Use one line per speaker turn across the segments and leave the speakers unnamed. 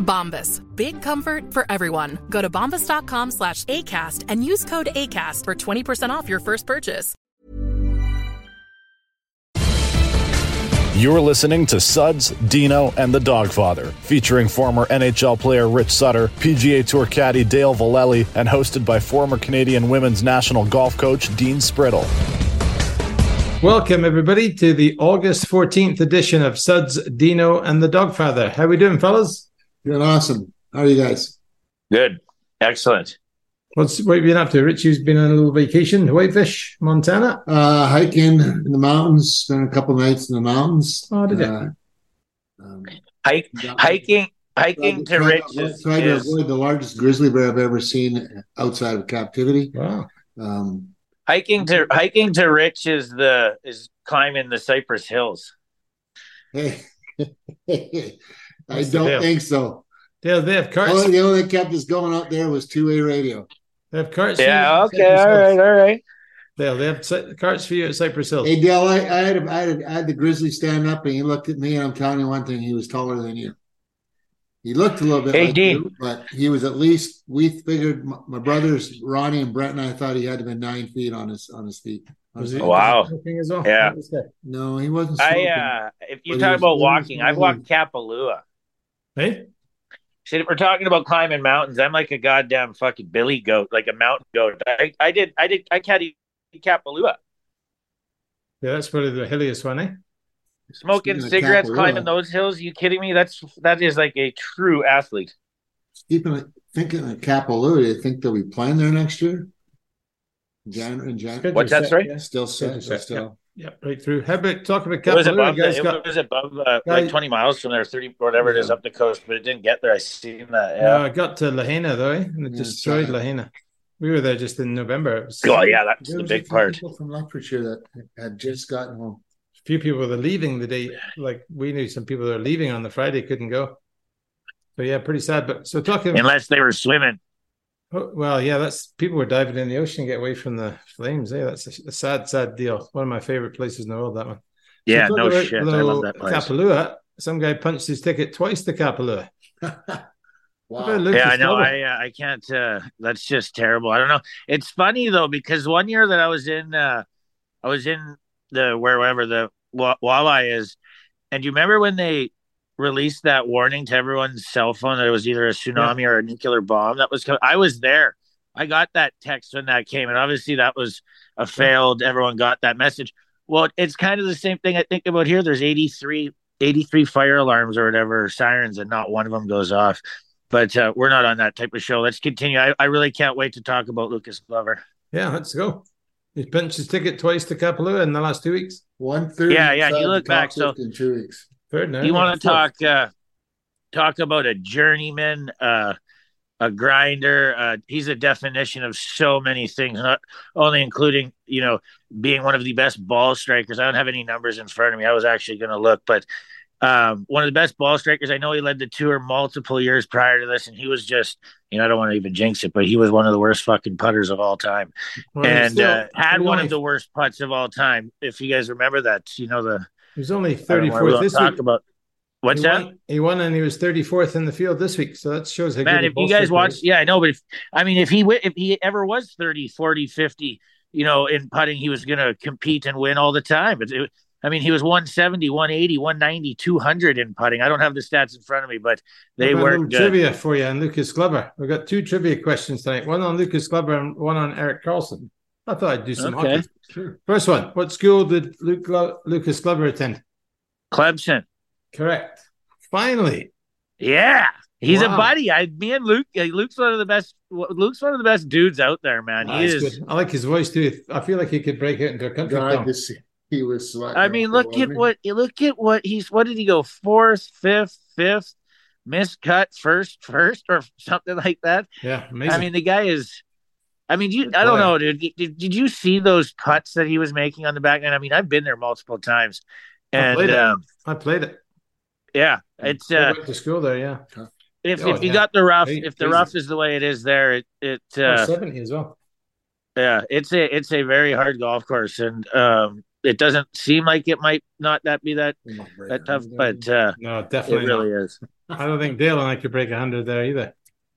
Bombas. Big comfort for everyone. Go to bombas.com slash ACAST and use code ACAST for 20% off your first purchase.
You're listening to Suds, Dino, and the Dogfather, featuring former NHL player Rich Sutter, PGA Tour caddy Dale Vallely, and hosted by former Canadian women's national golf coach Dean Spriddle.
Welcome everybody to the August 14th edition of Suds, Dino, and the Dogfather. How we doing, fellas?
Doing awesome. How are you guys?
Good. Excellent.
What's what have you been up to? Richie's been on a little vacation, Whitefish, Montana.
Uh, hiking in the mountains. Spent a couple nights in the mountains.
Oh, did you?
Uh, um,
Hike, hiking, hiking to
tried
Rich
avoid-
is,
tried to
is-
avoid the largest grizzly bear I've ever seen outside of captivity.
Wow.
Um,
hiking to hiking to Rich is the is climbing the Cypress Hills.
hey, I
What's the
don't
deal?
think so.
Yeah, they have carts.
Only, the only thing that kept us going out there was two-way radio.
They have carts. for you
Yeah.
at
Okay.
Cypress
All
Hills.
right. All right.
Dale, they have si- carts for you at Cypress Hills.
Hey Dale, I, I, had, I, had, I had the grizzly stand up, and he looked at me, and I'm telling you one thing: he was taller than you. He looked a little bit
Hey,
like
Dean.
you, but he was at least. We figured my, my brothers Ronnie and Brett and I thought he had to be nine feet on his on his feet. On his-
Wow.
Smoking as well?
Yeah.
No, he wasn't.
I
Smoking.
uh, if you
But
talk
he's-
about
he's
walking, I've
smiling.
walked Kapalua.
Hey,
Shit, if we're talking about climbing mountains, I'm like a goddamn fucking billy goat, like a mountain goat. I, I did, I did, I caddied Kapalua,
yeah, that's probably the hilliest one, eh?
smoking
Speaking of
cigarettes,
Kapalua,
climbing those hills. You kidding me? That's that is like a true athlete.
Keeping it, thinking of Kapalua. Do you think they'll be playing there next year? Jan in Jan.
What's that, sorry?
Yeah,
Still set.
Good.
Still.
yeah, right through. How about talk about
It was
Kapalua?
above,
You guys
the,
got-
it was above uh,
guys-
like 20 miles from there, 30 whatever it is
Yeah.
up the coast, but it didn't get there. I seen that.
No,
Yeah. Mm,
I Uh, got to Lahaina though, eh? and it
Yeah,
destroyed
so-
Lahaina. We were there just in November. It was-
oh, yeah, that's
There
the
was a
big
few
part.
People from Longfordshire that had just gotten home.
few people were leaving the day. Like we knew some people that were leaving on the Friday couldn't go. So yeah, pretty sad. But so talking.
Unless they were swimming.
oh, well, yeah, that's people were diving in the ocean to get away from the flames. Yeah, that's a, a sad, sad deal. One of my favorite places in the world. That one. So
Yeah,
talk
no
about,
shit. I love
though,
that place.
Kapalua. Some guy punched his ticket twice to Kapalua.
Wow.
Yeah, I know.
I,
I uh, I can't. Uh, that's just terrible. I don't know. It's funny though because one year that I was in, uh, I was in the wherever the wa- walleye is, and you remember when they released that warning to everyone's cell phone that it was either a tsunami or a nuclear bomb that was coming. I was there. I got that text when that came, and obviously that was a failed. Everyone got that message. Well, it's kind of the same thing I think about here. There's 83, 83 fire alarms or whatever sirens, and not one of them goes off but uh, we're not on that type of show. Let's continue. I, I really can't wait to talk about Lucas Glover.
yeah, let's go. He punched his ticket twice to Kapalua in the last two weeks.
One thirty.
Yeah, yeah, you look back, so-
in two weeks.
Third now.
you want to
Fourth.
talk uh, talk about a journeyman, uh, a grinder? Uh, he's a definition of so many things, not only including you know being one of the best ball strikers. I don't have any numbers in front of me. I was actually going to look, but um, one of the best ball strikers. I know he led the tour multiple years prior to this, and he was just, you know, I don't want to even jinx it, but he was one of the worst fucking putters of all time,
Well,
and
still,
uh, had
he
one
only-
of the worst putts of all time. If you guys remember that, you know the
He was only
I don't know why we
34th
don't
this
talk
week.
about what's
he
that.
Won, he won and he was 34th in the field this week. So that shows how
Man,
good
if you guys watch,
watch,
yeah, I know, but if, I mean, if he wi- if he ever was 30, 40, 50, you know, in putting, he was going to compete and win all the time. It, it, I mean, he was 170, 180, 190, 200 in putting. I don't have the stats in front of me, but they weren't good.
Trivia for you on Lucas Glover. We've got two trivia questions tonight one on Lucas Glover and one on Eric Carlson. I thought I'd do some
Okay.
hockey. First one What school did Luke Glo- Lucas Glover attend?
Clemson.
Correct. Finally,
Yeah. He's
Wow.
a buddy. I, me and Luke, uh, Luke's one of the best, Luke's one of the best dudes out there, man.
Ah,
he
that's
is.
good. I like his voice too. I feel like he could break out into a country
God,
song.
this he was. like-
I mean, look at what look at what he's. What did he go fourth, fifth, fifth, miscut first, first, or something like that?
Yeah, amazing.
I mean, the guy is. I mean, you. I don't
player.
know, dude. Did, did you see those putts that he was making on the back end? I mean, I've been there multiple times,
I
and
played it.
um,
I played it.
yeah, it's.
I
Uh,
went to school there, yeah.
if
Oh,
if you
yeah.
got the rough,
Crazy-
if the
crazy.
rough is the way it is there, it it.
Or
Uh,
70 as well.
Yeah, it's a it's a very hard golf course, and um, it doesn't seem like it might not that be that that tough, but uh,
No,
it
definitely.
really is.
not. I don't think Dale and I could break 100 there either.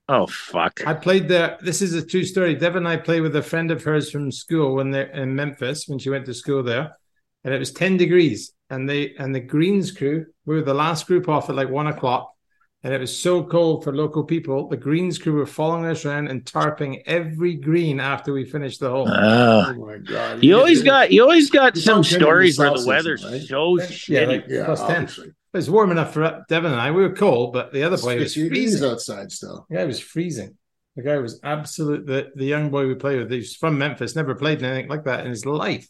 Oh fuck!
I played there. This is a true story. Deb and I played with a friend of hers from school when they're in Memphis when she went to school there, and it was ten degrees. And they and the greens crew we were the last group off at like one o'clock, and it was so cold for local people. The greens crew were following us around and tarping every green after we finished the hole.
Uh,
Oh my God!
you always got you always got
You
some
don't get any
stories where the
sauces,
weather's
right?
so
yeah,
shitty.
like
Yeah,
plus ten. It
obviously.
was warm enough for Devin and I. We were cold, but the other
It's
boy was
50 degrees
freezing.
outside still.
The guy was freezing. The guy was absolute. The, the young boy we played with, he's from Memphis, never played anything like that in his life.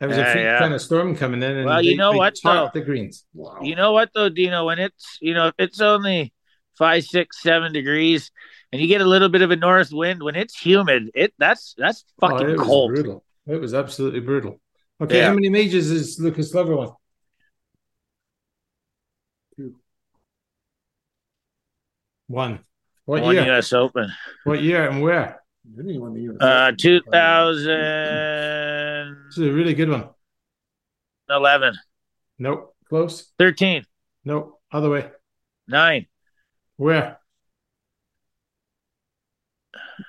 There was a
Yeah,
freak
yeah.
kind of storm coming in, and
Well, you
they-
know
they
what,
tarped the greens.
Wow.
you know what though, Dino? When it's you know if it's only five, six, seven degrees, and you get a little bit of a north wind, when it's humid, it that's that's
Oh,
fucking
it was
cold.
brutal. It was absolutely brutal. Okay,
Yeah.
how many majors is Lucas Glover won?
Two.
One. What
One
year?
U.S. Open,
What year and where?
Didn't he win the US?
uh, two thousand
This is a really good one.
eleven.
Nope. Close.
13,
Nope. Other way.
9.
Where?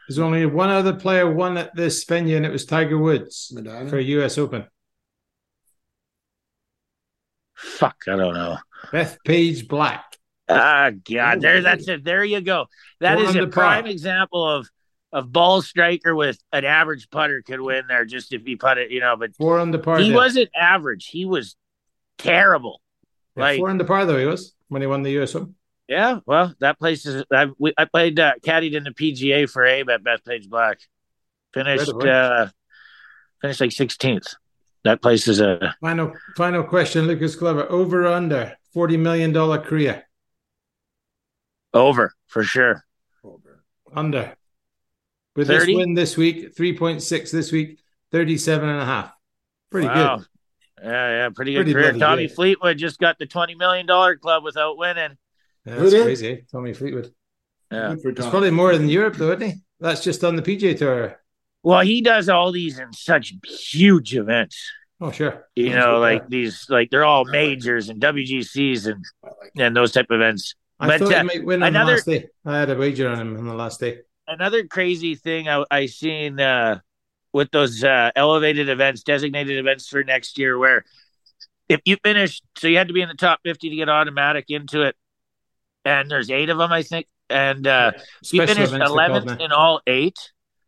There's only one other player won at this venue, and it was Tiger Woods
Medina?
for a U.S. Open.
Fuck, I don't know.
Beth Page Black.
Ah, God, there, that's it. There you go. That
Going
is a
under par.
prime example of of ball striker with an average putter could win there just if he put it, you know. But
Four under par.
he
there.
wasn't average. He was terrible.
Yeah,
like-
four under par though he was when he won the U.S. Open.
Yeah, well, that place is. I we, I played uh, caddied in the PGA for Abe at Beth Page Black. Finished
Right away.
uh finished like sixteenth. That place is a
Final final question, Lucas Glover. Over or under forty million dollar career?
over for sure.
Under. With this
30?
win this week, three point six this week, 37 and a half. Pretty
Wow.
good.
Yeah, yeah, pretty good
Pretty
career.
bloody
Tommy
good.
Fleetwood just got the twenty million dollar club without winning.
Yeah, that's
Who did?
crazy. eh? Tommy Fleetwood.
Yeah.
Good for
It's
Tom.
probably more than Europe though, isn't he? That's just on the PGA Tour.
Well, he does all these in such huge events.
Oh sure.
You
That's
know,
what-
like these, like they're all majors and WGCs and and those type of events.
I
but,
thought
uh,
he might win on
another-
the last day. I had a wager on him on the last day.
Another crazy thing I, I seen uh, with those uh, elevated events, designated events for next year, where if you finished, so you had to be in the top fifty to get automatic into it, and there's eight of them, I think, and uh, you
Special
finished
events, they're called
eleventh
now.
in all eight.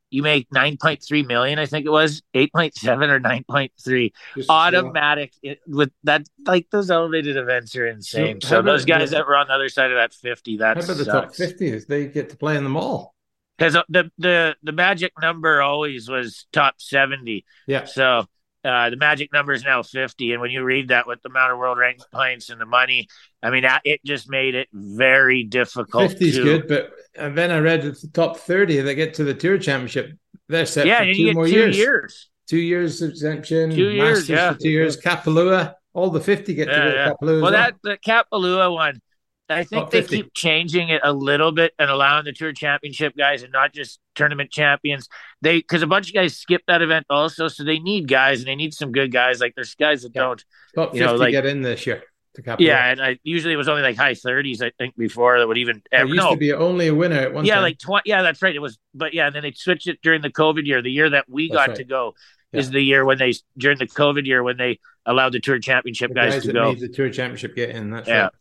You make nine point three million, I think it was eight point seven or nine point three
Just-
automatic it- with that. Like those elevated events are insane.
So
So,
how about
those guys
the-
that were on the other side of that fifty, that
How about the top
sucks.
fifty? is They get to play in them all.
Because the the the magic number always was top seventy.
Yeah.
So. Uh, the magic number is now 50 and when you read that with the amount of world rank points and the money i mean that- it just made it very difficult
50 is
to-
good, but and then I read it's the top 30 that get to the Tour Championship. They're set
yeah
for
and
two
you get
more
two
years.
years
Two years exemption,
Two years,
Masters
yeah.
for two years, Kapalua, All the 50 get to go to Kapalua.
Well,
as
that the Kapalua one, I think
Oh,
they
50.
keep changing it a little bit and allowing the tour championship guys and not just tournament champions. They because a bunch of guys skip that event also, so they need guys and they need some good guys. Like there's guys that
Yeah.
don't.
Top 50
you know, like-
get in this year to Kapalua.
Yeah, and I usually it was only like high 30s, I think, before that would even
There
ever
used
no.
to be only a winner at one
yeah,
time.
like twenty. Yeah, that's right. It was, but yeah, and then they switched it during the COVID year. The year that we
That's
got
right.
to go
Yeah.
is the year when they during the COVID year when they allowed the tour championship
The
guys, to
that
go.
made the tour championship get in. That's
Yeah.
right.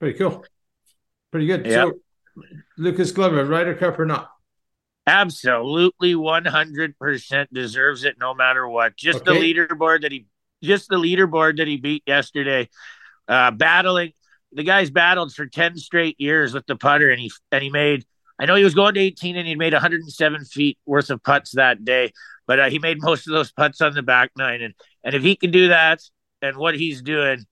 Pretty cool. Pretty good.
Yeah.
So, Lucas Glover, Ryder Cup or not?
Absolutely, one hundred percent deserves it, no matter what. Just the
Okay.
leaderboard that he, just the leaderboard that he beat yesterday. Uh, battling the guy's battled for ten straight years with the putter, and he and he made. I know he was going to eighteen, and he made one hundred and seven feet worth of putts that day. But uh, he made most of those putts on the back nine, and and if he can do that, and what he's doing,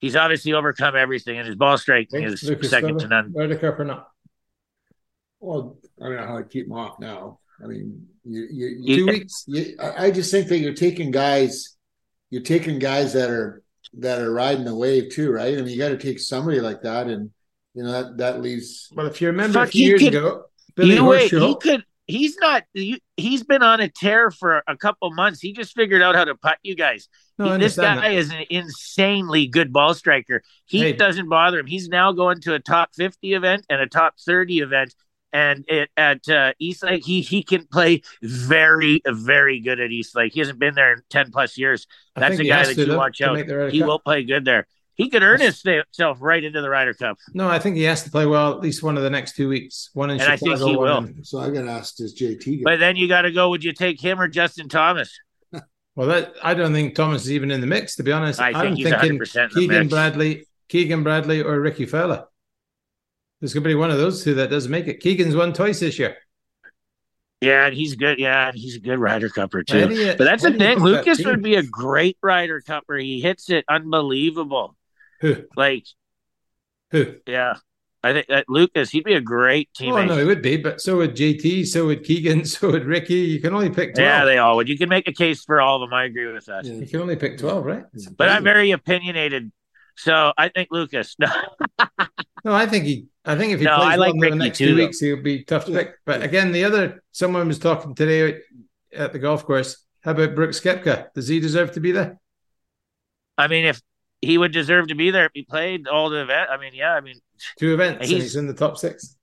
he's obviously overcome everything, and his ball striking
Okay,
is
Lucas
second
Glover,
to none.
Ryder Cup or not?
Well, I don't know how to keep them off now. I mean, you, you,
Yeah.
you, two weeks. You, I I just think that you're taking guys, you're taking guys that are that are riding the wave too, right? I mean, you got to take somebody like that, and you know that that leaves.
Well, if you remember a
Fuck,
few
he
years
could-
ago, Billy
you wait,
Horschel.
he could. He's not. You, he's been on a tear for a couple months. He just figured out how to putt you guys.
No, I
He- this
understand
guy
that.
is an insanely good ball striker. He
Hey.
doesn't bother him. He's now going to a top fifty event and a top thirty event, and it, at uh, East Lake he he can play very very good at East Lake. He hasn't been there in ten plus years.
I
That's
think
a
he
guy
has
that
to,
you
though,
watch
to
out.
make the Ryder
He
Cup.
will play good there. He could earn himself right into the Ryder Cup.
No, I think he has to play well at least one of the next two weeks. One in
And I
Chicago.
think he
one
will.
in-
So I got asked, does JT? Get,
But then you got to go. Would you take him or Justin Thomas?
well, that I don't think Thomas is even in the mix. To be honest,
I think
am
he's
thinking
100% in the
Keegan
mix.
Bradley, Keegan Bradley, or Ricky Fowler. There's going to be one of those two that doesn't make it. Keegan's won twice this year.
Yeah, and he's good. Yeah, and he's a good Ryder Cupper
How
too.
do you-
But that's
how
the
do you
thing.
put that
Lucas
team?
would be a great Ryder Cupper. He hits it unbelievable.
Who?
Like,
Who?
yeah, I think that Lucas, he'd be a great teammate.
Oh no, he would be, but so would JT, so would Keegan, so would Ricky. You can only pick twelve.
yeah, they all would. You can make a case for all of them. I agree with that.
Yeah.
you can only pick twelve, right?
But I'm very opinionated, so I think Lucas. No,
No, I think he. I think if he
No,
plays
I like
well in the
Ricky
next
too,
two
though.
weeks, he'll be tough to pick. But again, the other someone was talking today at the golf course. How about Brooks Kepka? Does he deserve to be there?
I mean, if he would deserve to be there if he played all the event. I mean, yeah, I mean,
Two events, and
He's-
he's in the top six.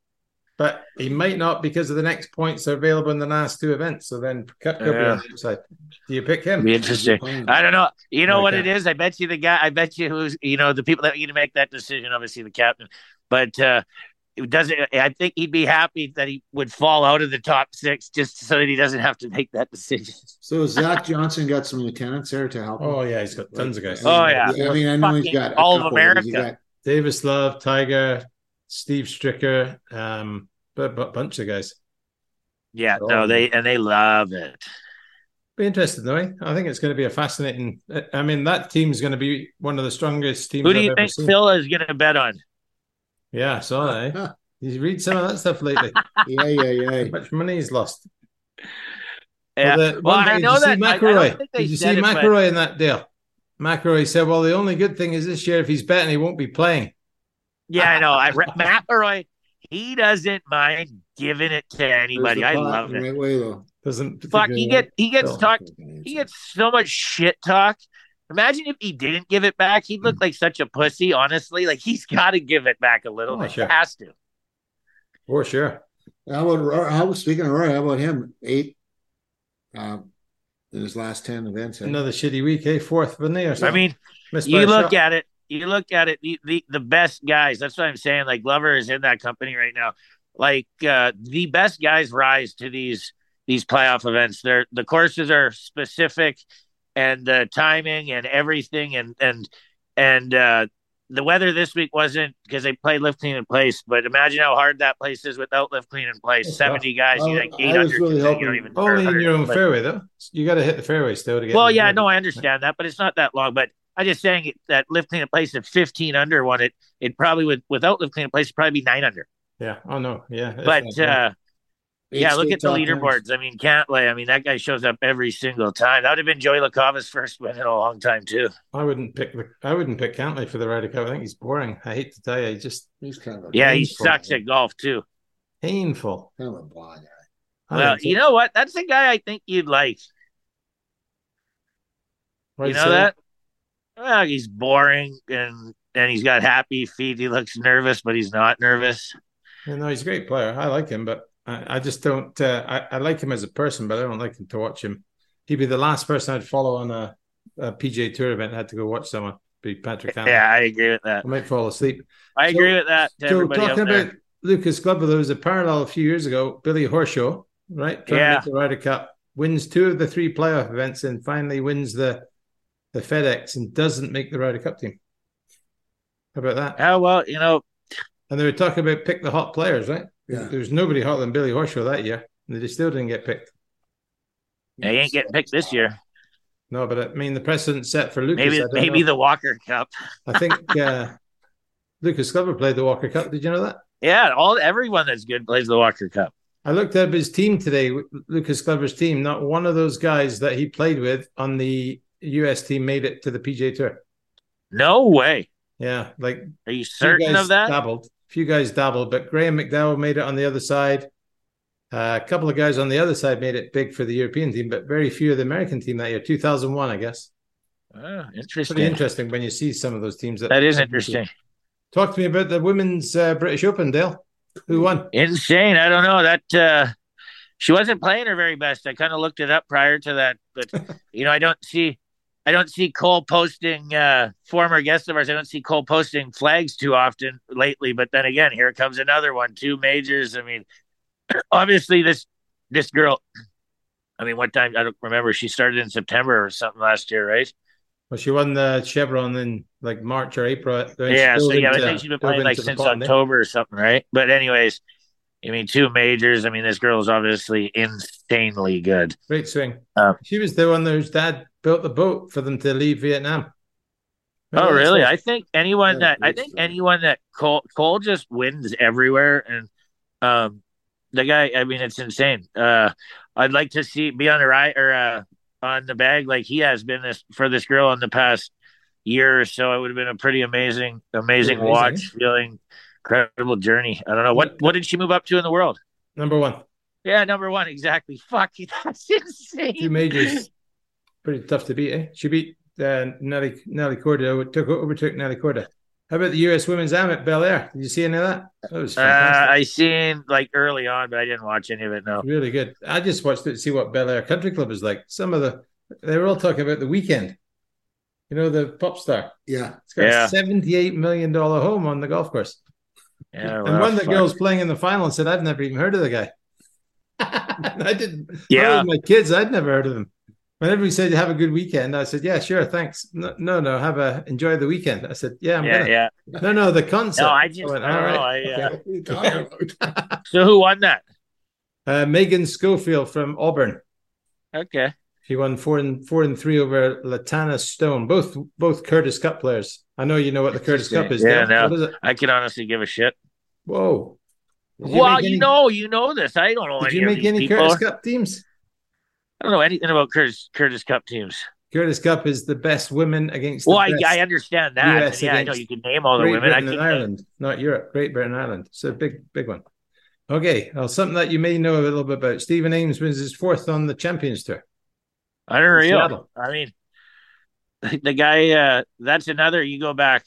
But he might not because of the next points are available in the last two events. So then Kepka will be on the upside. Do you pick
it'd
him?
be interesting. I don't know. You know what
Okay.
it is? I bet you the guy. I bet you who's you know the people that need to make that decision. Obviously, the captain. But uh, it doesn't. I think he'd be happy that he would fall out of the top six just so that he doesn't have to make that decision.
So Zach Johnson got some lieutenants there to help. him?
Oh yeah, he's got tons of guys.
Oh, yeah.
I mean, I know he's
Fucking
got a
all of
couple, but he's
America.
Davis Love, Tiger, Steve Stricker, um, but but bunch of guys.
Yeah.
Oh.
No, they and they love it.
Be interested, though. eh? I think it's going to be a fascinating. I mean, that team's going to be one of the strongest teams.
Who do
I've
you
ever
think
seen.
Phil is going to bet on?
Yeah, I saw that. Eh?
Huh.
You read some of that stuff lately.
Yeah, yeah, yeah.
How much money he's lost?
Yeah.
Well, the-
well,
one
I
thing-
know
did you
that.
see
I- I don't
McElroy?
think they
did you see
said it, but-
McElroy in that deal? McElroy said, "Well, the only good thing is this year, if he's betting, he won't be playing."
Yeah, I know. I re- McElroy, he doesn't mind giving it to
There's
anybody.
the
I
pot
love
in the
it.
Right way though.
Doesn't
Fuck,
particularly
he get he gets
Phil.
talked He gets so much shit talk. Imagine if he didn't give it back. He'd
Hmm.
look like such a pussy, honestly. Like he's got to give it back a little.
Oh,
like,
sure.
He has to.
for sure.
How about Rory- how speaking of Rory? How about him? Eight um, in his last ten events. eh?
Another shitty week, eh? Fourth, wasn't he? Or
I
something?
mean,
Missed by
you
a
look
shot.
at it. You look at it. The, the the best guys. That's what I'm saying. Like Glover is in that company right now. Like uh, the best guys rise to these these playoff events. They're the courses are specific, and the timing and everything, and and and uh, the weather this week wasn't because they played lift clean in place. But imagine how hard that place is without lift clean in place.
It's
Seventy guys, you
I-
like
I
eight
was
hundred.
really
you
hoping-
don't even or
only in
100,
your own
but-
fairway though. You got to hit the fairway still to get.
well,
in.
yeah, no, I understand that, but it's not that long. But I'm just saying it, that lift clean in place at 15 under one, it it probably would without lift clean in place, it'd probably be nine under.
Yeah. Oh no. Yeah. it's
but
not bad.
uh, yeah, look
state
at the
top tens.
leaderboards. I mean, Cantlay. I mean, that guy shows up every single time. That would have been Joey Lacava's first win in a long time too.
I wouldn't pick the. I wouldn't pick Cantley for the Ryder Cup. I think he's boring. I hate to tell you, he just
He's kind of a
Yeah, he
Painful.
sucks at golf too.
painful.
kind of a blind.
I
Well,
don't
you
think-
know what? That's the guy I think you'd like.
why
you
do
know
say
that? Well, he's boring and and he's got happy feet. He looks nervous, but he's not nervous.
Yeah, no, he's a great player. I like him, but I, I just don't. Uh, I, I like him as a person, but I don't like him to watch him. He'd be the last person I'd follow on a, a PJ Tour event. had to go watch someone. Be Patrick. Cantlay.
Yeah, I agree with that.
I might fall asleep.
I
So-
agree with that. To
So
everybody out
talking
there.
about Lucas Glover, there was a parallel a few years ago. Billy Horschel, right? Trying
Yeah.
to make the Ryder Cup wins two of the three playoff events and finally wins the the FedEx and doesn't make the Ryder Cup team. How about that?
Oh well, you know,
And they were talking about pick the hot players, right?
Yeah.
There was nobody hotter than Billy Horschel that year, and they still didn't get picked.
he ain't getting picked this year.
No, but uh, I mean the precedent set for Lucas.
Maybe
I don't
maybe
know.
the Walker Cup.
I think uh, Lucas Glover played the Walker Cup. Did you know that?
Yeah, all everyone that's good plays the Walker Cup.
I looked up his team today, Lucas Glover's team. Not one of those guys that he played with on the US team made it to the PJ Tour.
No way.
Yeah, like few
Are you certain
guys
of that?
Dabbled, few guys dabbled, but Graham McDowell made it on the other side. Uh, a couple of guys on the other side made it big for the European team, but very few of the American team that year. Two thousand one, I guess.
Oh,
Pretty
interesting.
interesting when you see some of those teams. That,
That is interesting.
Talk to me about the women's uh, British Open, Dale. Who won?
Insane. I don't know that. uh She wasn't playing her very best. I kind of looked it up prior to that, but you know, I don't see, I don't see Cole posting uh former guest of ours. I don't see Cole posting flags too often lately. But then again, here comes another one. Two majors. I mean, obviously this this girl. I mean, what time? I don't remember. She started in September or something last year, right?
Well, she won the Chevron in like March or April. Then she
yeah, so
dove
yeah, I
into-
think she's
dove
been playing like
into the
since
pond, eh?
October or something, right? But anyways, I mean, two majors. I mean, this girl is obviously insanely good.
Great swing.
Um,
she was the one whose dad built the boat for them to leave Vietnam.
oh,
Remember that
really?
story?
I think anyone
Yeah,
that I
great
think
story.
anyone that Cole Cole just wins everywhere, and um, the guy. I mean, it's insane. Uh, I'd like to see be on the right or uh on the bag like he has been this for this girl in the past year or so. It would have been a pretty amazing,
Amazing,
amazing, watch, feeling incredible journey. I don't know what what did she move up to in the world.
Number one,
Yeah, number one, exactly. Fuck, that's insane.
two majors. Pretty tough to beat, eh? She beat uh, Nelly Nelly Corda, took overtook Nelly Corda. How about the U.S. Women's Am at Bel Air? Did you see any of that? That was
Uh,
fantastic.
I seen like early on, but I didn't watch any of it. No.
really good. I just watched it to see what Bel Air Country Club is like. Some of the they were all talking about the weekend. You know the pop star.
Yeah,
It's got
Yeah.
a seventy-eight million dollar home on the golf course.
Yeah,
and
well,
one that
fuck.
girl's playing in the final and said, "I've never even heard of the guy." I didn't.
Yeah.
I was with my kids, I'd never heard of them. Whenever he said, "Have a good weekend," I said, "Yeah, sure, thanks." No, no, no have a enjoy the weekend. I said, "Yeah, I'm
yeah,
gonna."
yeah.
No, no, the concept.
No, I just
went,
I don't know. I, uh,
okay."
what are you talking about?
So who won that?
Uh, Megan Schofield from Auburn.
Okay.
She won four and four and three over Latana Stone. Both both Curtis Cup players. I know you know what the Curtis Cup is.
Yeah,
Dale.
no.
What is it?
I can honestly give a shit.
Whoa. Did
well,
make
you
any-
know, you know this. I don't know
Did
any
you
of
make
these
any
people.
Curtis Cup teams?
I don't know anything about Curtis Curtis Cup teams.
Curtis Cup is the best women against. The
Well, I,
best.
I understand that.
US
And yeah, I know
against
you could name all the
Great
women. I
Britain
couldn't
and
name-
Ireland, not Europe. Great Britain and Ireland. So big, big one. Okay, now something that you may know a little bit about. Stephen Ames wins his fourth on the Champions Tour.
Unreal.
Seattle.
I mean, the guy. Uh, that's another. You go back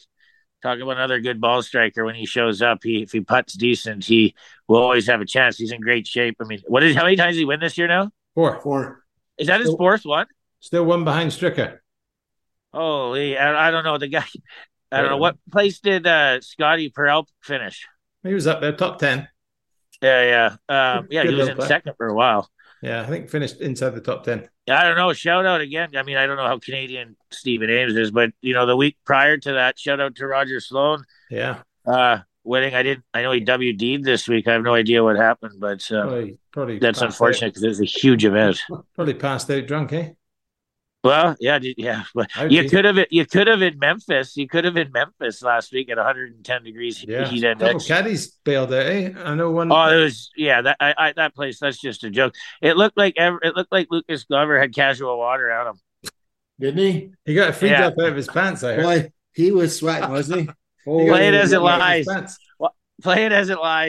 talking about another good ball striker. When he shows up, he if he puts decent, he will always have a chance. He's in great shape. I mean, what is how many times did he win this year now?
Four,
Four.
Is that his
Nope.
fourth one?
still one behind Stricker.
Holy, I, I don't know the guy. I don't know
Yeah.
what place did uh, Scotty Perel finish.
He was up there, top ten.
Yeah, yeah, um, yeah.
Good
He
little
was in
player.
second for a while.
Yeah, I think finished inside the top ten.
I don't know. Shout out again. I mean, I don't know how Canadian Stephen Ames is, but you know, the week prior to that, shout out to Roger Sloan.
Yeah,
uh winning i didn't i know he wd'd this week i have no idea what happened but uh,
probably, probably
that's
passed out-
unfortunate because it was a huge event
Probably passed out drunk, eh?
Well, yeah, d- yeah. But
I would
you
be-
could have you could have in Memphis. You could have in Memphis last week at 110 degrees he-
Yeah.
heat
A couple
index.
caddies bailed out. Eh? I know one.
Oh, it was yeah. That I, I that place. That's just a joke. It looked like ever. It looked like Lucas Glover had casual water on him.
didn't he?
he got a free
yeah.
drop out of his pants. I heard.
Boy, he was sweating, wasn't he?
He
Oh,
got
Play it
a
as
free
it
drop out of his
lies.
pants.
Play it as it lies.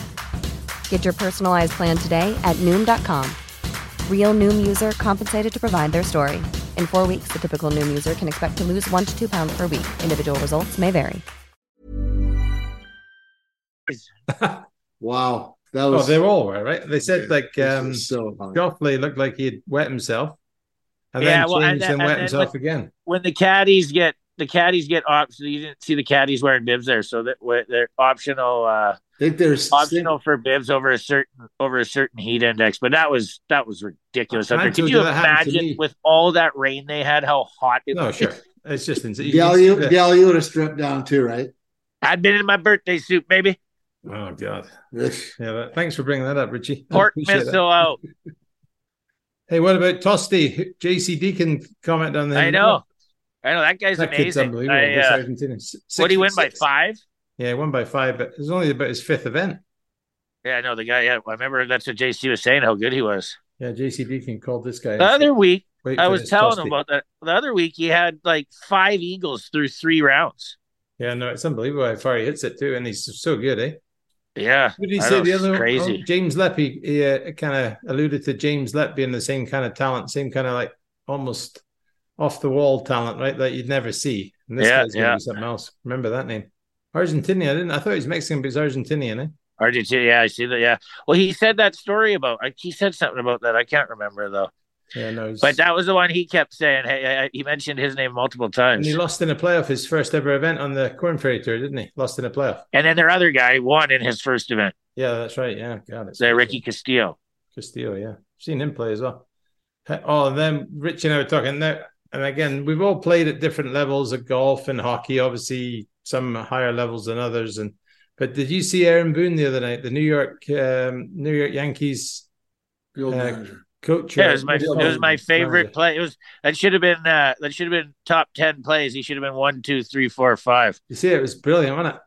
Get your personalized plan today at Noom.com. Real Noom user compensated to provide their story. In four weeks, the typical Noom user can expect to lose one to two pounds per week. Individual results may vary.
wow. That
Oh,
was
they all were right. They said like
this
um,
was so hard.
Joffrey looked like he'd wet himself, and
Yeah,
then
well, and
changed
then-
and, wet
and then
himself
with-
again.
when the caddies get the caddies get optional. You didn't see the caddies wearing bibs there, so that wa- they're optional. uh
I think there's
Optional for bibs over a certain over a certain heat index, but that was that was ridiculous.
I
out there.
told
Could
you
you
that happened to me.
imagine with all that rain they had, how hot it
No,
was?
sure. It's just insane. You
Dell,
can see
you,
the-
Dell, you would have stripped down too, right?
I'd been in my birthday suit, baby.
Oh god.
This-
Yeah. That, thanks for bringing that up, Richie. I
Port
appreciate that.
missile out.
Hey, what about Tosti? JC Deacon comment on the.
I know. I know that guy's
That kid's
amazing.
unbelievable.
I,
This
uh,
Argentinian. S-
what do you win by
66.
five?
Yeah, he won by five, but it was only about his fifth event.
Yeah, I know the guy. Yeah, I remember that's what JC was saying how good he was.
Yeah, JC Deacon called this guy. and
The other
said,
week,
"Wait
I
for
was
this
telling
Tosti."
him about that. The other week, he had like five eagles through three rounds.
Yeah, no, it's unbelievable how far he hits it too, and he's so good, eh?
Yeah,
What did he
I
say?
know,
The
it's
other
crazy.
oh, James Lepp. He, he uh, kind of alluded to James Lepp being the same kind of talent, same kind of like almost off the wall talent, right? That you'd never see. And this
Yeah,
guy's gonna
yeah.
be something else. Remember that name, Argentinian. I didn't. I thought he was Mexican, but he's Argentinian. Eh?
Argentina. Yeah, I see that. Yeah. Well, he said that story about. I- He said something about that. I can't remember though.
Yeah, no. he's-
But that was the one he kept saying. Hey, I, I- he mentioned his name multiple
and
times.
he
And,
lost in a playoff his first ever event on the Corn Ferry Tour, didn't he? Lost in a playoff.
then their other guy won in his first event.
Yeah, that's right. Yeah, God, it's
So Ricky Castillo.
Castillo, yeah. Seen him play as well. Oh, and then Rich and I were talking now, and again, we've all played at different levels of golf and hockey, obviously some higher levels than others. And but did you see Aaron Boone the other night, the New York um, New York Yankees
Field
Uh,
manager.
coach?
Yeah,
or-
it was my it was
Oh,
my favorite play. It was that should have been uh, that should have been top ten plays. He should have been one, two, three, four, five.
You see, it was brilliant, wasn't it?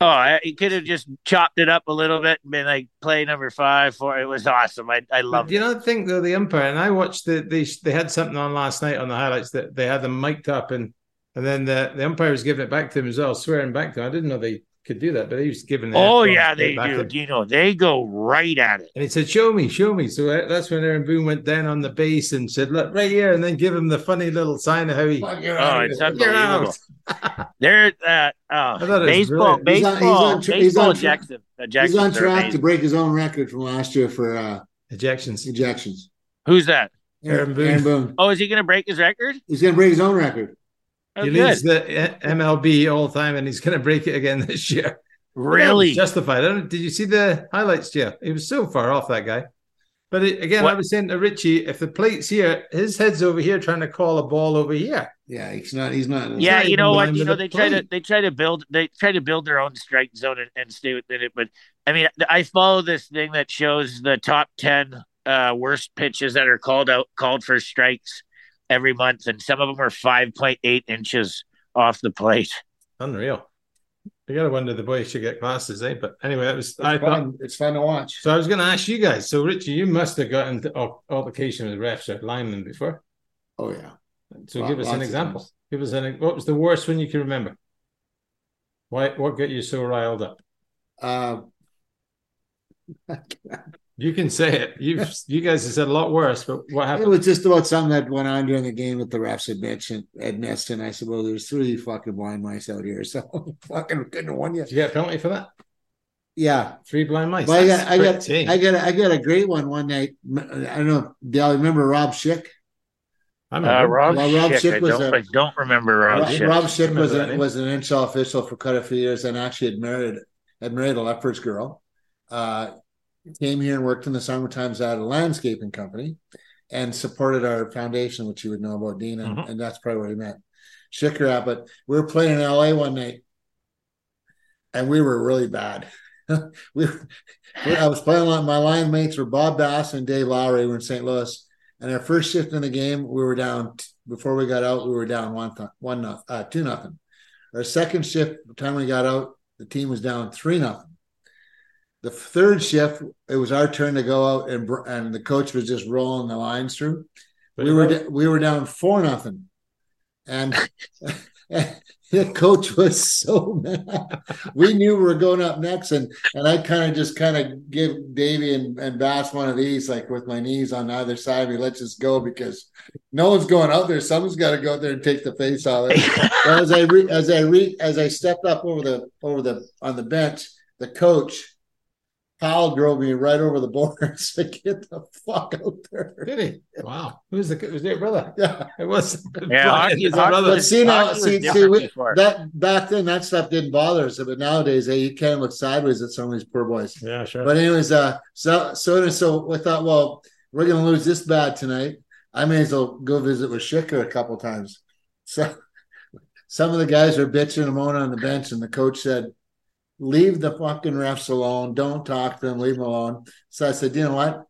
Oh, I, he could have just chopped it up a little bit and been like play number five, four. It was awesome. I I
But
loved
do you not think though the umpire and I watched the they they had something on last night on the highlights that they had them mic'd up and and then the the umpire was giving it back to him as well, swearing back to him. I didn't know they could do that, but he was giving.
it.
the
Oh
headphones
yeah,
straight
they
back to
do.
him.
You know, they go right at it.
And he said, "Show me, show me." So uh, that's when Aaron Boone went down on the base and said, "Look right here," and then give him the funny little sign of how he.
Fuck, you're
Oh,
out of
it's
here.
You're
unbelievable. They're uh, oh,
thought it was
baseball,
brilliant.
He's on- he's
baseball,
on tra- he's
baseball.
on tra-
Jackson, uh,
He's
Jackson.
on track to break his own record from last year for uh,
Ejections.
ejections.
Who's that?
Aaron Boone.
Oh, is he going to break his record?
He's going to break his own record.
Oh,
he
good.
leads the uh, MLB all time, and he's going to break it again this year.
Really?
justified. I don't, did you see the highlights? Yeah, he was so far off that guy. But it, again, I
What-
was saying to Richie, if the plate's here, his head's over here trying to call a ball over here.
Yeah, he's not. He's not.
yeah,
not
you know
even
what?
lined
You
with
know
a
they try to
plate.
they try to build they try to build their own strike zone and, and stay within it. But I mean, I follow this thing that shows the top ten uh, worst pitches that are called out called for strikes every month, and some of them are five point eight inches off the plate.
Unreal. You got to wonder the boy should get glasses, eh? But anyway, that was I
It's
thought
fun. It's fun to watch.
So I was going to ask you guys. So Richie, you must have gotten into al- altercation with refs or linemen before.
Oh yeah.
So
Lot-
give us
lots
an
of
example.
times.
Give us an. What was the worst one you can remember? Why? What got you so riled up?
Uh,
you can say it. You you guys have said a lot worse, but what happened?
It was just about something that went on during the game that the refs had mentioned had missed, and I suppose there's three fucking blind mice out here, so fucking couldn't have won yet.
Did you get a penalty for that?
Yeah,
three blind mice.
Well, I
That's
got, I got,
pretty.
I got, a- I got a great one one night. I don't know, Dale. Remember Rob Schick?
I
Uh, Rob,
Well, Rob
Schick,
Schick
I,
was
don't,
a-
I don't remember Rob,
Rob,
Schick.
Rob Schick was
Remember that
a,
name?
was an NHL official for quite a few years, and actually had married had married a Lefferts girl. Uh, came here and worked in the summer times at a landscaping company, and supported our foundation, which you would know about, Dean, and,
Mm-hmm.
and that's probably where we met. Schicker at, but we were playing in LA one night, and we were really bad. we, we- I was playing on my line mates were Bob Bass and Dave Lowry. We were in St. Louis, and our first shift in the game, we were down t- before we got out. We were down one th- one nothing, uh, two nothing. Our second shift, the time we got out, the team was down three nothing. The third shift, it was our turn to go out, and br- and the coach was just rolling the lines through. We were d- we were down four nothing, and the coach was so mad. We knew we were going up next, and and I kind of just kind of give Davy and, and Bass one of these, like with my knees on either side. We let's just go because no one's going out there. Someone's got to go out there and take the face off. it. But as I re, as I re, as I stepped up over the over the on the bench, the coach. Powell drove me right over the boards. I get the fuck out there.
Did he? Wow. Who was the it was their brother?
Yeah,
it was.
Yeah, hockey-
It was their brother.
But see now, see, see
different
we,
before.
that back then that stuff didn't bother us, but nowadays hey, you can't look sideways at some of these poor boys.
Yeah, sure.
But anyways, uh, so so and so, I thought, well, we're gonna lose this bad tonight. I may as well go visit with Schicker a couple times. So some of the guys are bitching and moaning on the bench, and the coach said, "Leave the fucking refs alone. Don't talk to them. Leave them alone." So I said, "You know what?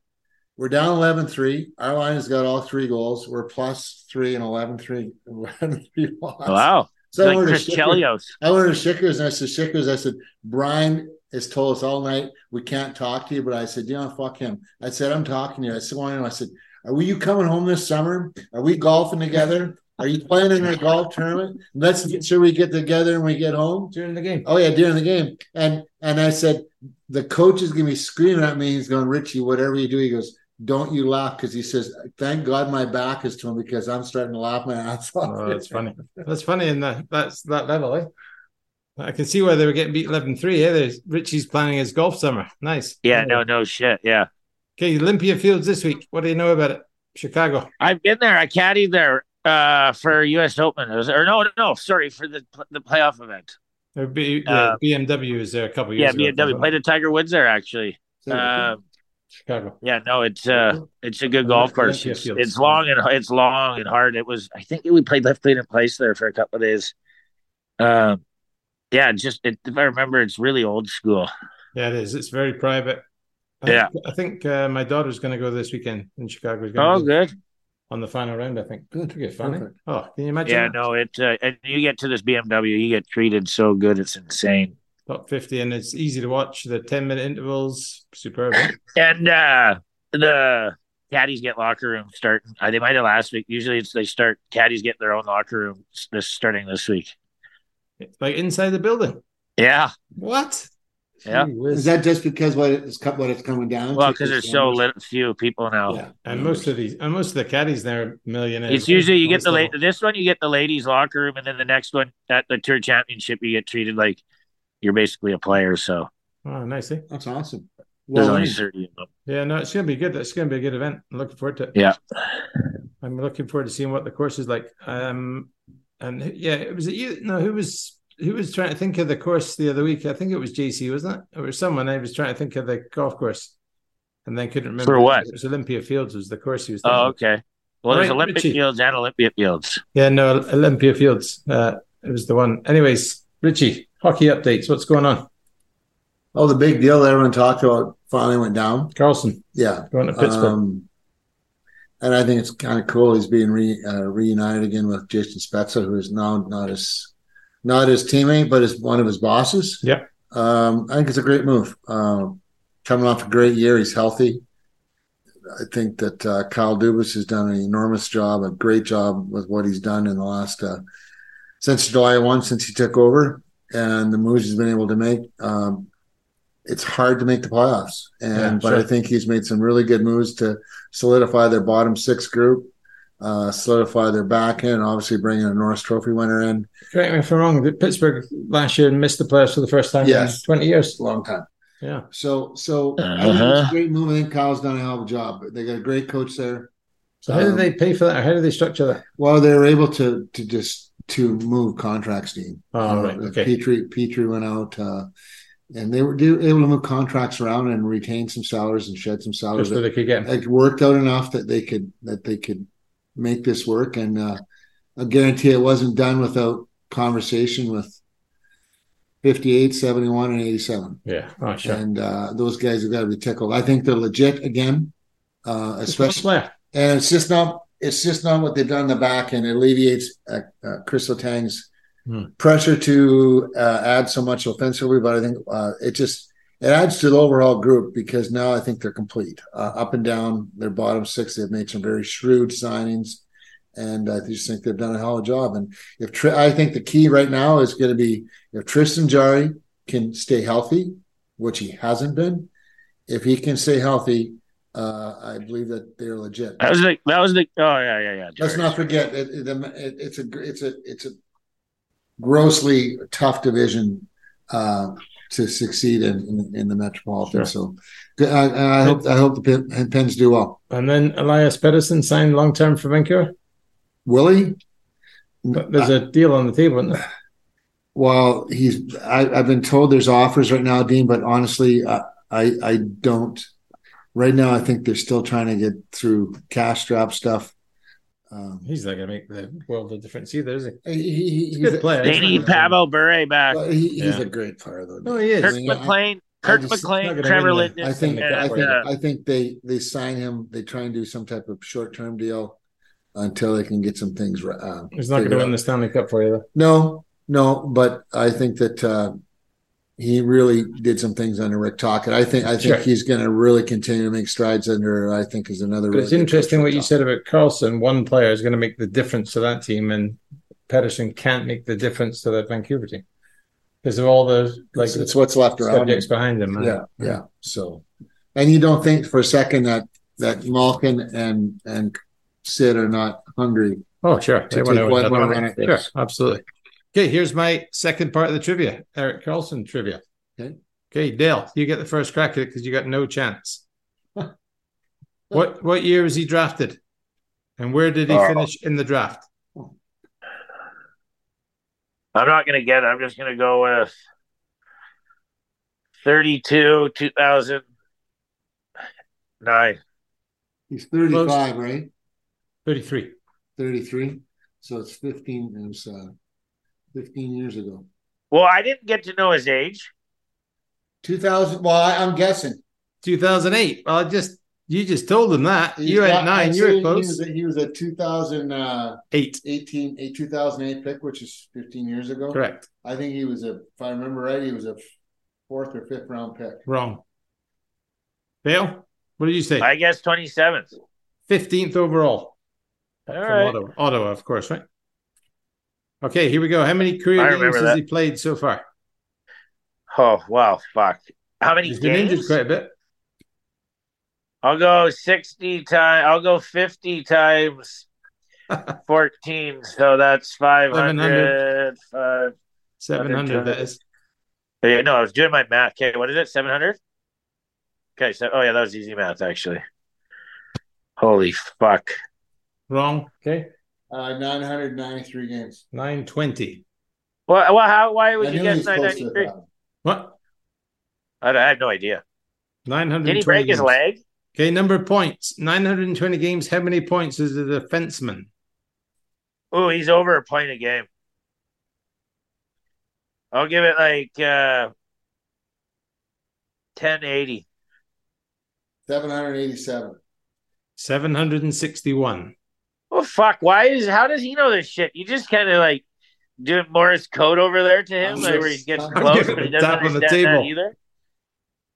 We're down 11-3. Our line has got all three goals. We're plus three and 11-3. 11-3 loss.
Wow.
So I
like
ordered
Chris
Schicker-
Chelios.
I went to Schickers and I said, Schickers, I said, Brian has told us all night we can't talk to you. But I said, you know, fuck him. I said, I'm talking to you. I said, well, I know. I said, are we you coming home this summer? Are we golfing together? Are you playing in a golf tournament? Let's get sure we get together and we get home.
during the game.
Oh yeah, during the game. And and I said, the coach is gonna be screaming at me. He's going, Richie, whatever you do, he goes, don't you laugh because he says, thank God my back is to him because I'm starting to laugh my ass off.
Oh, that's funny. That's funny in that that's that level, eh? I can see why they were getting beat 11-3. Yeah, there's Richie's planning his golf summer. Nice.
Yeah, no, no shit. Yeah.
Okay, Olympia Fields this week. What do you know about it? Chicago.
I've been there. I caddied there uh, for U.S. Open. It was- or no, no, no, sorry, for the the playoff event.
Or B,
Uh,
yeah, BMW is there a couple
Yeah,
years ago.
BMW played at Tiger Woods there actually. Uh,
Chicago.
yeah, no, it's uh, it's a good golf course.
Olympia
It's,
Fields.
it's long and it's long and hard. It was. I think we played left lead in place there for a couple of days. Um, yeah, just it, if I remember, it's really old school.
Yeah, it is. It's very private. I
Yeah.
think, I think uh, my daughter's going to go this weekend in Chicago. Is gonna
Oh,
go
good.
on the final round. I think. Good, good, funny.
Perfect.
Oh, can you imagine?
Yeah,
that?
no, it uh, and you get to this BMW, you get treated so good, it's insane.
Top fifty, and it's easy to watch. The ten minute intervals, superb. eh?
And uh the caddies get locker room starting. Uh, they might have last week. Usually, it's they start caddies get their own locker room s- this starting this week.
like inside the building.
Yeah,
What?
Yeah.
Gee
Is
whiz.
that just because what it's co- what it's coming down?
well,
to?
because there's so lit, few people now.
Yeah.
and most of these, and most of the caddies there are millionaires.
It's usually you get the
late.
late this one you get the ladies locker room, and then the next one at the tour championship you get treated like you're basically a player. So
Oh, nice. eh?
That's awesome.
there's
Well,
only
nice.
thirty of them.
Yeah, no, it's gonna be good. It's gonna be a good event. I'm looking forward to it.
Yeah,
I'm looking forward to seeing what the course is like. Um, and who- yeah, it was it you. No, who was who was trying to think of the course the other week? I think it was JC, wasn't it? Or someone. I was trying to think of the golf course, and then couldn't remember
For what?
It was Olympia Fields was the course he was. Thinking.
Oh,
of.
okay. Well, there's
Right,
Olympic
Richie.
fields and Olympia fields.
Yeah, no, Olympia Fields. Uh, it was the one. Anyways, Richie, hockey updates. What's going on?
oh, the big deal that everyone talked about finally went down.
Carlson
Yeah,
going to Pittsburgh.
Um, and I think it's kind of cool. He's being re, uh, reunited again with Jason Spezza, who is now not his not his teammate, but is one of his bosses.
Yep.
Um, I think it's a great move. Um, coming off a great year, he's healthy. I think that uh, Kyle Dubas has done an enormous job, a great job with what he's done in the last uh, since July 1, since he took over and the moves he's been able to make. Um, it's hard to make the playoffs. And
Yeah,
but
sure.
I think he's made some really good moves to solidify their bottom six group, uh, solidify their back end, obviously bringing a Norris Trophy winner in.
Correct me if I'm wrong. That Pittsburgh last year missed the playoffs for the first time
Yes.
in 20 years.
Long time.
Yeah.
So, so I think it's
Uh-huh.
a great move. I think Kyle's done a hell of a job. They got a great coach there.
So how do
Um,
they pay for that? Or how do they structure that?
Well, they were able to to just to move contracts, Dean.
Oh,
Uh,
right, okay.
Petrie Petrie went out, uh, and they were, they were able to move contracts around and retain some salaries and shed some salaries.
Just so they could get him.
It worked out enough that they could that they could make this work, and uh, I guarantee it wasn't done without conversation with 58, 71, and 87
Yeah. Oh, sure.
and uh, those guys have got to be tickled. I think they're legit again, uh,
Just one
especially,
player.
and it's just not it's just not what they've done in the back, and it alleviates uh, uh, Chris Letang's
Hmm.
pressure to uh, add so much offensively. But I think uh, it just it adds to the overall group because now I think they're complete uh, up and down their bottom six. They've made some very shrewd signings. And I just think they've done a hell of a job. And if Tri- I think the key right now is going to be if Tristan Jari can stay healthy, which he hasn't been, if he can stay healthy, uh, I believe that they're legit.
That was the. That was the. Oh yeah, yeah, yeah.
Let's
George.
not forget it, it, it, it's a it's a it's a grossly tough division uh, to succeed in in, in the metropolitan.
Sure.
So I, I hope I hope the Pen- Pens do well.
And then Elias Pedersen signed long term for Vancouver.
Willie,
But there's a deal on the table, isn't there?
Well, he's. I, I've been told there's offers right now, Dean. But honestly, I, I I don't. Right now, I think they're still trying to get through cash strap stuff. Um,
He's not going to make the world of difference either, is he?
he, he, he's
He's a good player.
They
He's
need
not gonna-
Pavel Bure back.
Well, he, he's
Yeah.
a great player, though.
No, he is.
Kirk
I mean, I-
McLean,
I
Kirk
just-
not
McLean,
gonna
Trevor
win
Linden.
that.
I think
and,
I think
uh,
I think they they sign him. They try and do some type of short term deal until they can get some things. ri- Uh,
He's not going to
figured out.
win the Stanley Cup for you, though.
No, no, but I think that uh, he really did some things under Rick Tockett. I think I think
Sure.
he's going to really continue to make strides under. I think is another.
But it's
really good
interesting
coach,
what you
Rick
said about Carlson. One player is going to make the difference to that team, and Pedersen can't make the difference to the Vancouver team because of all the
Tockett.
like
It's- it's what's left around.
subjects behind him. man.
Yeah, yeah. So, and you don't think for a second that that Malkin and and Sid are not hungry.
Oh, sure.
To take
know
one-
that.
one run at
Sure,
this.
absolutely. Okay, here's my second part of the trivia, Eric Carlson trivia.
Okay.
Okay, Dale, you get the first crack at it because you got no chance. what what year was he drafted? And where did he
Oh.
finish in the draft?
I'm not going to get it. I'm just going to go with 32, 2009.
He's thirty-five, right?
33.
Thirty-three. So it's fifteen. It was uh, fifteen years ago.
Well, I didn't get to know his age.
Two thousand. Well, I, I'm guessing.
2008. Well, I just you just told him that. you had
got-
nine.
I'd
You
say
were
he
close.
was a- He was a 2018,
Eight.
a 2008 pick, which is 15 years ago.
Correct.
I think he was a, if I remember right, he was a fourth or fifth round pick.
Wrong. Dale, what did you say?
I guess 27th.
15th overall.
All
from
right.
Ottawa. Ottawa, of course, right? Okay, here we go. How many career
I
games
remember
has
that.
he played so far?
Oh, wow. Fuck. How many
He's been injured
games?
quite a bit.
I'll go 60 times. I'll go 50 times 14. So that's 500.
700.
Uh,
700, that is.
yeah, no, I was doing my math. Okay. What is it? 700? Okay. So, oh, yeah, that was easy math, actually. Holy fuck.
Wrong. Okay.
Uh, 993 games.
920.
Well, well how, why
I
would you
knew
guess
he was close to
993?
1,000.
What?
I, don't- I have no idea.
920.
Did he break his
games.
leg?
Okay, number of points. 920 games. How many points is the defenseman?
Oh, he's over a point a game. I'll give it like uh, 1080.
787.
761.
Well, Oh, fuck. Why is how does he know this shit? You just kind of like doing Morris code over there to him,
I'm
like where he
just-
gets
I'm
close,
giving
but he
a
doesn't
tap on the
understand that
table.
either.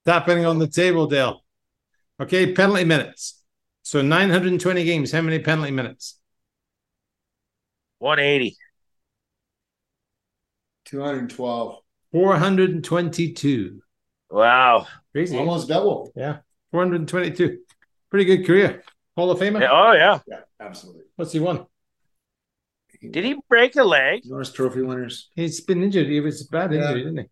Tapping on the table, Dale. Okay, penalty minutes. So 920 games. How many penalty minutes?
180.
212.
422.
Wow.
Crazy.
Almost double.
Yeah. 422. Pretty good career. Hall of Famer.
Yeah, oh, yeah.
Yeah, absolutely.
What's he won?
Did he break a leg?
Norris Trophy winners.
He's been injured. He was a bad
Yeah.
injury, didn't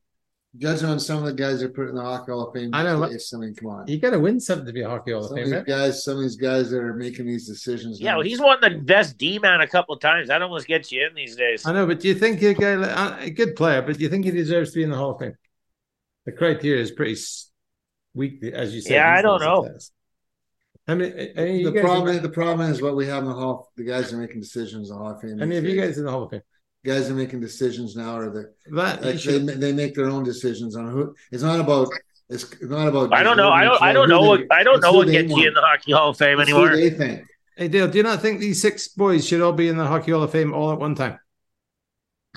Judging on some of the guys that put in the Hockey Hall of Fame,
I know.
It's, I mean, come on.
he? You got to win something to be a Hockey Hall of
Some of these
Famer.
guys, some of these guys that are making these decisions.
Yeah,
now.
well, he's won the best D man a couple times. That almost gets you in these days.
I know, but do you think a guy, like- uh, a good player, but do you think he deserves to be in the Hall of Fame? The criteria is pretty s- weak, as you said.
Yeah, I
these
don't
days,
know.
it does. I mean, uh, any of you
the
guys,
problem. the problem is what we have in the Hall. The guys that are making decisions in the Hall of Fame.
any of
these
you
days.
guys in the Hall of Fame?
guys are making decisions now are the
That you
like they,
should-
they make their own decisions on who it's not about it's not about
I don't know. I don't. I don't know what. I don't know what gets you in the Hockey Hall of Fame
anymore.
anymore.
they think
Hey Dale, do you not think these six boys should all be in the Hockey Hall of Fame all at one time?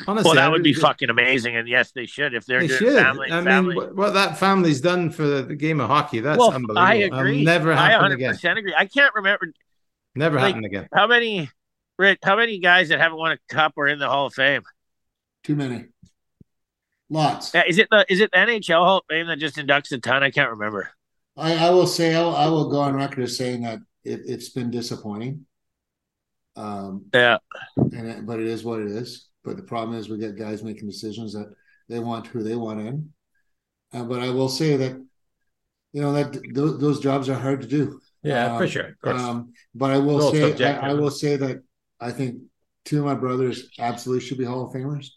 Honestly,
Well,
I
that would be
really do.
fucking amazing. And yes, they should if they're
They
doing
should.
family.
I
family.
mean, what, what that family's done for the, the game of hockey, that's
well,
unbelievable.
I agree.
It'll never
I
happen
100
again.
percent agree. I can't remember
Never
like-
happen again.
how many. Rick, how many guys that haven't won a cup are in the Hall of Fame?
too many lots
Yeah, Is it the is it the NHL Hall of Fame that just inducts a ton? I can't remember.
I, I will say I'll, I will go on record as saying that it, it's been disappointing um
Yeah,
and it, but it is what it is but the problem is we get guys making decisions that they want who they want in uh, but I will say that you know that those, those jobs are hard to do
Yeah, Uh, for
Um,
sure. Of course.
Um, but I will
It's all
say,
subjective.
I, I will say that I think two of my brothers absolutely should be Hall of Famers,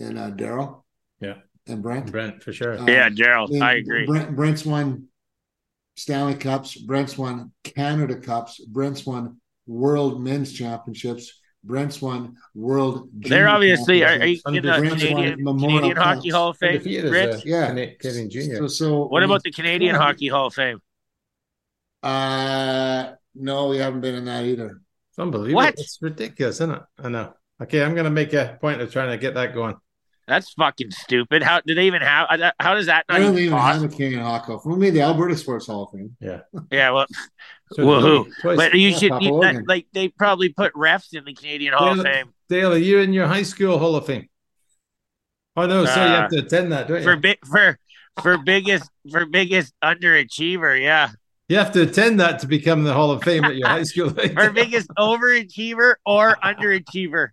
and uh, Daryl,
Yeah.
and Brent.
Brent, for sure.
Um,
yeah, Gerald,
mean,
I agree.
Brent, Brent's won Stanley Cups. Brent's won Canada Cups. Brent's won World Men's Championships. Brent's won World.
They're
Junior
obviously are, are you
Championships.
in the
Brent's won
Canadian,
Memorial
Canadian Hockey
Cups.
Hall of Fame?
Undefeated as
Rich,
a
Yeah.
Canadian, Canadian junior.
So, so
what about the Canadian
Yeah.
Hockey Hall of Fame?
Uh, no, we haven't been in that either.
It's unbelievable.
What?
It's ridiculous, isn't it? I know. Okay, I'm going to make a point of trying to get that going.
That's fucking stupid. How do they even have? I- I- How does that
I
not
don't
even
even have a
possible?
Canadian Hockey Hall. of Fame. We made the Alberta Sports Hall of Fame.
Yeah, well,
So
Woohoo.
twice.
but you
yeah,
should
Papa
you,
Logan.
that, like they probably put refs in the Canadian Hall of
Yeah.
Fame.
Dale, are you in your high school Hall of Fame? Oh no, so you
Uh,
have to attend that, don't you?
for big for for biggest for biggest underachiever, yeah,
you have to attend that to become the Hall of Fame at your high school.
for biggest overachiever or underachiever.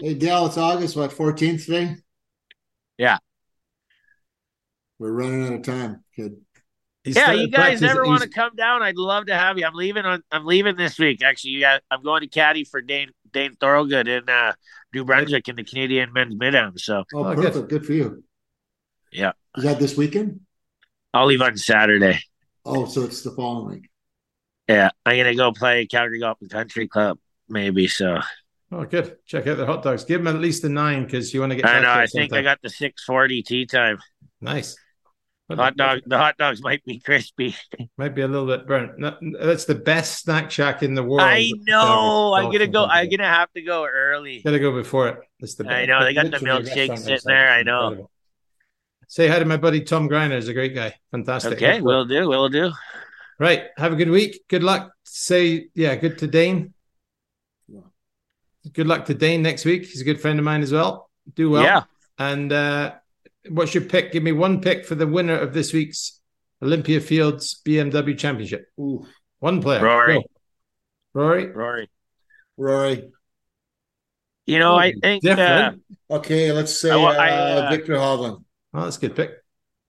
Hey Dale, it's August what fourteenth today?
Yeah.
We're running out of time, kid.
He
yeah,
started
you guys
practicing-
ever
he's-
want to come down? I'd love to have you. I'm leaving on I'm leaving this week. Actually, you got I'm going to caddy for Dane Dane Thorogood in uh, New Brunswick in the Canadian men's mid am. So
Oh,
Oh, good.
perfect. Good. for you.
Yeah.
Is that this weekend?
I'll leave on Saturday.
Oh, so it's the following week.
Yeah, I'm gonna go play Calgary Golf and Country Club maybe. So
Oh, good. Check out the hot dogs. Give them at least a nine because you want to get.
I
back
know.
to it
I think I
sometime.
got the 6:40 tea time.
nice
Hot dog. The hot dogs might be crispy.
Might be a little bit burnt. No, that's the best snack shack in the world.
I know. I'm
Dog
gonna
and
go.
company.
I'm gonna have to go early.
Gotta go before it. It's the
I
best.
know, they got the
Literally, that's
milkshake
something
sitting
that's
there, I know.
incredible. Say hi to my buddy Tom Griner. He's a great guy. Fantastic.
Okay, we'll do. We'll do.
Right. Have a good week. Good luck. Say, yeah, good to Dane. Good luck to Dane next week. He's a good friend of mine as well. Do well.
Yeah.
And uh, what's your pick? Give me one pick for the winner of this week's Olympia Fields BMW Championship.
Ooh,
One player.
Rory.
Go. Rory.
Rory.
Rory.
You know, I
Rory.
think. Uh,
Different.
Okay, let's say
I wa- I,
uh,
uh,
Victor Hovland.
Oh, that's a good pick.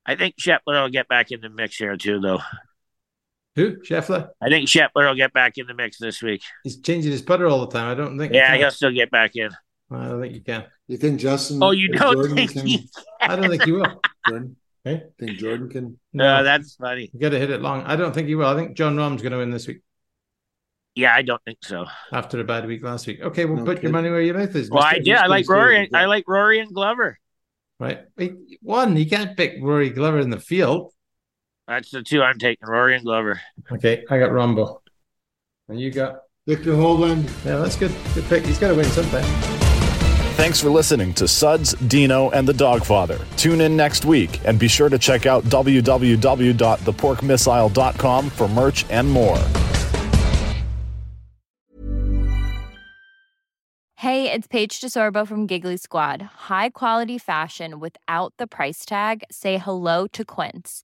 I think Shepler will get back in the mix here too, though.
Who? Scheffler?
I think Shepler will get back in the mix this week.
He's changing his putter all the time. I don't think. you
Yeah,
can.
he'll still get back in.
I don't think you can.
You think Justin?
Oh, you don't think
can?
he-
I don't think you will.
Jordan,
Eh?
think Jordan can?
No, Oh, that's funny.
You got to hit it long. I don't think he will. I think John Rahm's going to win this week
Yeah, I don't think so.
after a bad week last week. Okay, well,
No
put your
kidding.
money where your mouth is.
Well, I
Mr.
did. I
Houston
like
Stevens,
Rory.
yeah.
I like Rory and Glover.
Right. He- One, you can't pick Rory Glover in the field.
That's the two I'm taking. Rory and Glover.
Okay, I got Rombo. And you got.
Victor Hovland.
Yeah, that's good. Good pick. He's got to win sometime.
Thanks for listening to Suds, Dino, and the Dogfather. Tune in next week and be sure to check out www.theporkmissile.com for merch and more.
Hey,
it's Paige DeSorbo from Giggly Squad. High quality fashion without the price tag. Say hello to Quince.